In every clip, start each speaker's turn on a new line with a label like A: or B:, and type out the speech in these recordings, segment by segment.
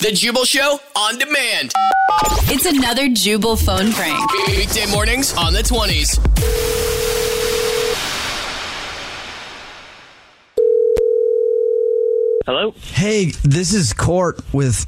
A: The Jubal Show on demand.
B: It's another Jubal phone prank.
A: Weekday mornings on the 20s.
C: Hello?
D: Hey, this is Court with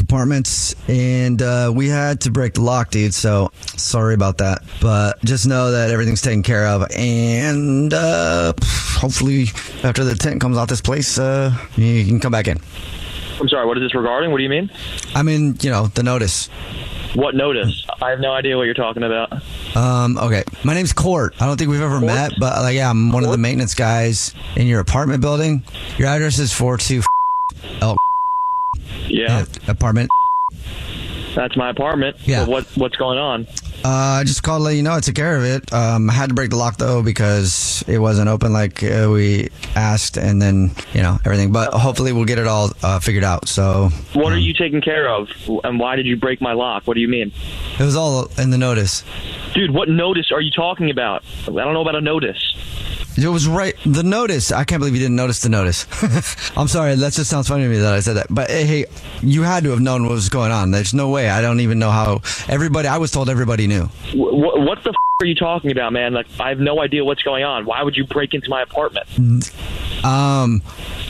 D: Apartments, and uh, we had to break the lock, dude. So sorry about that, but just know that everything's taken care of, and uh, hopefully after the tent comes out this place, uh, you can come back in.
C: I'm sorry, what is this regarding? What do you mean?
D: I mean, you know, the notice.
C: What notice? I have no idea what you're talking about.
D: Um, okay, my name's Court. I don't think we've ever met, but like, yeah, I'm one of the maintenance guys in your apartment building. Your address is four two Elk
C: Yeah,
D: apartment.
C: that's my apartment.
D: Yeah.
C: But what what's going on?
D: Uh, I just called to let you know I took care of it. Um, I had to break the lock though because it wasn't open like uh, we asked, and then you know everything. But hopefully we'll get it all uh, figured out. So
C: What are you taking care of? And why did you break my lock? What do you mean?
D: it was all in the notice.
C: Dude, what notice are you talking about? I don't know about a notice.
D: It was right the notice. I can't believe you didn't notice the notice. I'm sorry. That just sounds funny to me that I said that. But eh, hey, you had to have known what was going on. There's no way. I don't even know how everybody. I was told everybody knew.
C: Wh- wh- what the f- are you talking about, man? Like, I have no idea what's going on. Why would you break into my apartment?
D: Um,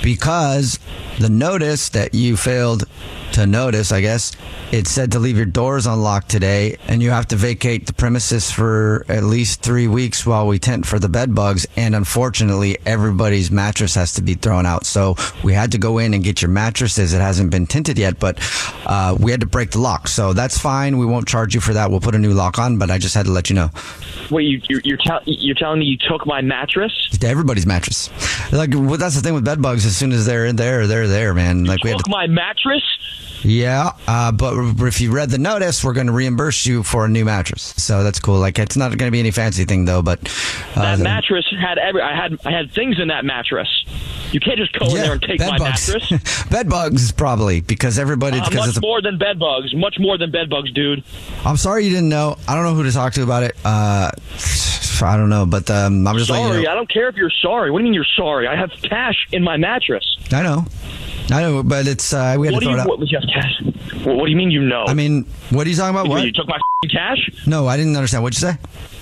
D: because the notice that you failed to notice, I guess, it said to leave your doors unlocked today, and you have to vacate the premises for at least three weeks while we tent for the bed bugs. And unfortunately, everybody's mattress has to be thrown out. So we had to go in and get your mattresses. It hasn't been tinted yet, but uh, we had to break the lock. So that's fine. We won't charge you for that. We'll put a new lock on, but I just had to let you know.
C: Wait, you, you're you're, tell- you're telling me you took my mattress?
D: to everybody's mattress. Like well, that's the thing with bed bugs. As soon as they're in there, they're there, man. Like we had,
C: Took my mattress?
D: yeah. Uh, but if you read the notice, we're going to reimburse you for a new mattress. So that's cool. Like it's not going to be any fancy thing though. But uh,
C: That
D: the-
C: mattress had every. I had I had things in that mattress. You can't just go in
D: yeah,
C: there and take
D: bed
C: my
D: bugs.
C: mattress.
D: bed bugs probably because everybody
C: Uh,
D: because
C: much
D: it's a,
C: more than bed bugs. Much more than bed bugs, dude.
D: I'm sorry you didn't know. I don't know who to talk to about it. Uh, I don't know, but um, I'm just letting
C: Sorry,
D: you know.
C: I don't care if you're sorry. What do you mean you're sorry? I have cash in my mattress.
D: I know. I know, but it's uh, we had
C: What
D: to
C: do
D: throw
C: you?
D: it out.
C: What, you have cash? What, what do you mean you know?
D: I mean, what are you talking about?
C: You mean
D: What?
C: you took my f***ing cash?
D: No, I didn't understand. What'd you say?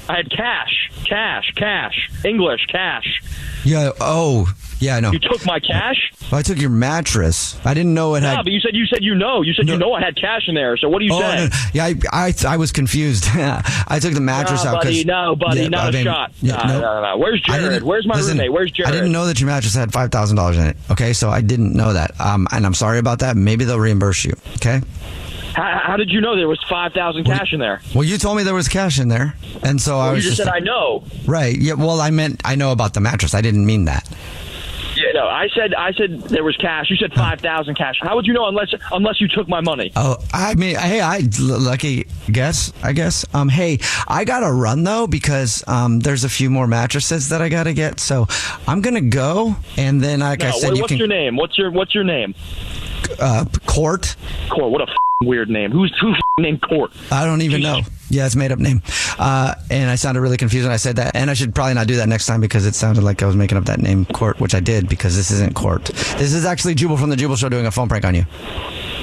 C: I had cash, cash, cash. English cash.
D: Yeah. Oh, yeah. I know.
C: You took my cash?
D: Well, I took your mattress. I didn't know it
C: No,
D: had.
C: but you said you said you know. You said you
D: No.
C: know I had cash in there. So what do you
D: oh,
C: say?
D: no, no. yeah, I, I, I was confused. I took the mattress
C: Nah,
D: out. 'cause-
C: buddy, no, buddy,
D: Yeah,
C: not
D: I
C: a
D: mean,
C: shot.
D: yeah,
C: Nah,
D: no.
C: nah, nah, nah. Where's
D: I didn't-
C: Jared? Where's my
D: listen,
C: roommate? Where's Jared?
D: I didn't know that your mattress had five thousand dollars in it. Okay, so I didn't know that. Um, and I'm sorry about that. Maybe they'll reimburse you. Okay.
C: How, how did you know there was five thousand cash in there?
D: Well, you told me there was cash in there, and so I
C: you
D: was
C: just
D: just
C: said I know.
D: right. Yeah. Well, I meant I know about the mattress. I didn't mean that.
C: Yeah, no, no. I said I said there was cash. You said five thousand cash. How would you know unless unless you took my money?
D: Oh, I mean, hey, I l- lucky guess, I guess. Um, hey, I gotta run though because um, there's a few more mattresses that I gotta get, so I'm gonna go. And then, like I
C: No,
D: said,
C: what-
D: you
C: what's
D: can
C: your name? What's your What's your name?
D: uh, court.
C: Court. What a f***ing weird name. Who's who f***ing named Court?
D: I don't even know. Yeah, it's a made up name. Uh, and I sounded really confused when I said that. And I should probably not do that next time because it sounded like I was making up that name, Court, which I did because this isn't Court. This is actually Jubal from the Jubal Show doing a phone prank on you.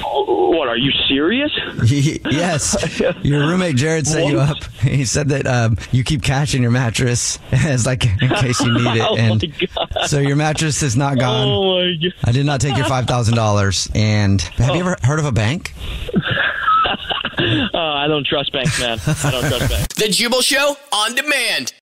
C: Oh, What are you serious?
D: yes, your roommate Jared set you
C: What?
D: up. He said that um, you keep cash in your mattress as like in case you need it,
C: Oh my
D: and
C: God.
D: so your mattress is not gone.
C: Oh my god.
D: I did not take your five thousand dollars. And have
C: Oh.
D: you ever heard of a bank?
C: Uh, I don't trust banks, man. I don't trust banks.
A: The Jubal Show on demand.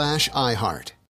E: iHeart.